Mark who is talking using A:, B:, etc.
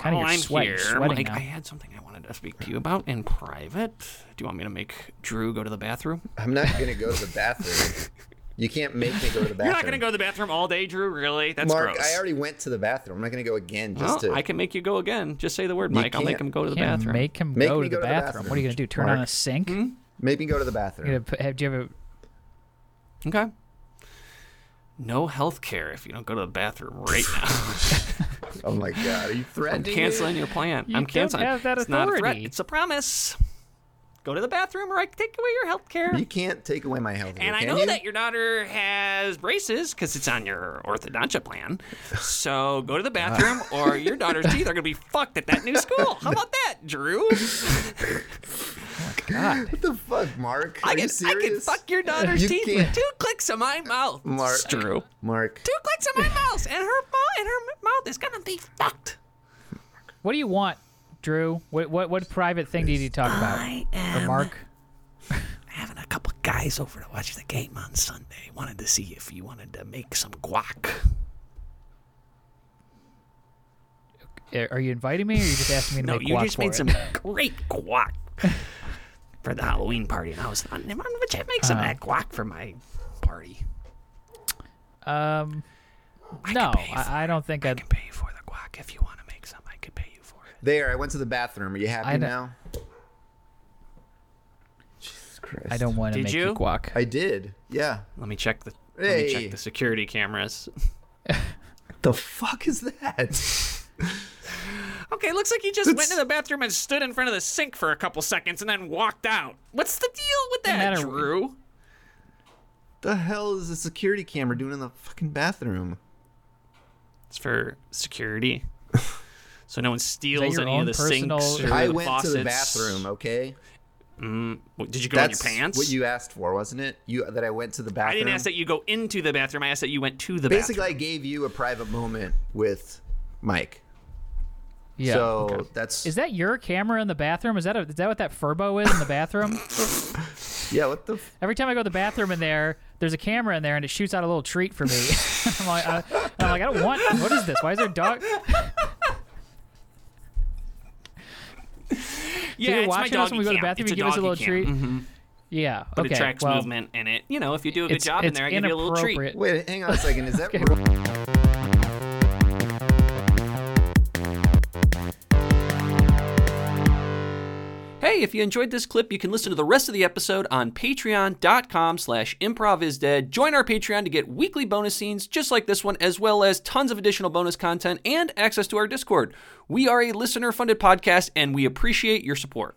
A: I'm
B: sweat-
A: here.
B: sweating
A: Mike,
B: now.
A: I had something I wanted to speak to you about in private. Do you want me to make Drew go to the bathroom?
C: I'm not gonna go to the bathroom. you can't make me go to the bathroom.
A: You're not going to go to the bathroom all day, Drew. Really? That's
C: Mark,
A: gross.
C: I already went to the bathroom. I'm not gonna go again just
A: Well,
C: to
A: I can make you go again. Just say the word, Mike. I'll make
C: can't.
A: him go to the
B: Can't
A: bathroom. Hmm?
B: make him
C: Make
B: go, to,
C: me
B: the,
C: go to the
B: bathroom.
C: bathroom.
B: What are you gonna do? Turn on a sink?
C: make me go to the
B: You
C: bathroom.
B: gonna put, have, do you have a
A: Okay. No health care if you don't go to the bathroom right now.
C: Oh my god, are you
A: I'm
C: threatening? me?
A: canceling your plan. I'm
B: don't
A: canceling.
B: have that
A: it's not a threat.
B: authority.
A: It's a promise. Go to the bathroom or I can take away your health care.
C: You can't take away my health.
A: And I
C: can
A: know
C: you?
A: that your daughter has braces because it's on your orthodontia plan. So go to the bathroom, or your daughter's teeth are going to be fucked at that new school. How about that, Drew?
C: What the fuck, Mark? Are
A: I
C: you
A: can, I
C: serious?
A: can fuck your daughter's
C: You
A: teeth with
C: can't.
A: two clicks of my mouth.
C: Mark.
A: Drew.
C: Mark.
A: Two clicks of my mouse, and her mouth and her mouth is going to be fucked.
B: What do you want, Drew? What what what private thing do you need to talk about?
A: I am
B: Or Mark?
A: having a couple guys over to watch the game on Sunday. Wanted to see if you wanted to make some guac.
B: Uh, Are you inviting me, or are you just asking me to
A: No,
B: make
A: you
B: guac
A: just
B: for
A: made
B: it?
A: some great guac for the Halloween party, and I was on him. Would you make some of
B: Uh.
A: that guac for my party?
B: Um,
A: I
B: no,
A: could pay for,
B: I, I don't think
A: I
B: I'd.
A: can pay you for the guac if you want to make some. I could pay you for it.
C: There, I went to the bathroom. Are you happy
B: I don't-
C: now? Jesus Christ.
B: I don't want to
A: Did
B: make
A: you?
B: guac.
C: I did. Yeah.
A: Let me check the. Let me
C: Hey.
A: check the security cameras.
C: The fuck is that?
A: Okay, looks like you just went to the bathroom and stood in front of the sink for a couple seconds and then walked out. What's the deal with that,
B: matter-
A: Drew?
C: the hell is a security camera doing in the fucking bathroom?
A: It's for security. So no one steals
B: your
A: any of
B: own
A: the
B: personal-
A: sinks or
C: I
A: the
C: went to
A: faucets.
C: the bathroom. Okay.
A: What, Did you go
C: That's
A: in your pants?
C: what you asked for, wasn't it? You that I went to the bathroom.
A: I didn't ask that you go into the bathroom. I asked that you went to the
C: Basically,
A: bathroom.
C: I gave you a private moment with Mike.
B: Yeah.
C: so that's
B: is that your camera in the bathroom? Is that a, is that what that furbo is in the bathroom?
C: yeah. What the? F-
B: Every time I go to the bathroom in there, there's a camera in there and it shoots out a little treat for me. I'm like, I, I'm like, I don't want. What is this? Why is there a dog?
A: Yeah,
B: you're
A: it's my
B: watching
A: doggy
B: us when we go to the
A: cam.
B: bathroom,
A: It's
B: you give us a
A: doggy
B: little
A: cam.
B: treat. Yeah.
A: But
B: okay.
A: it Mm-hmm. tracks
B: well,
A: movement, and it, you know, if you do a good
B: It's,
A: job in
B: it's
A: there, I give you a little treat.
B: inappropriate.
C: Wait, hang on a second. Is that? real?
A: Hey, if you enjoyed this clip, you can listen to the rest of the episode on patreon.com slash improvisdead. Join our Patreon to get weekly bonus scenes just like this one, as well as tons of additional bonus content and access to our Discord. We are a listener-funded podcast, and we appreciate your support.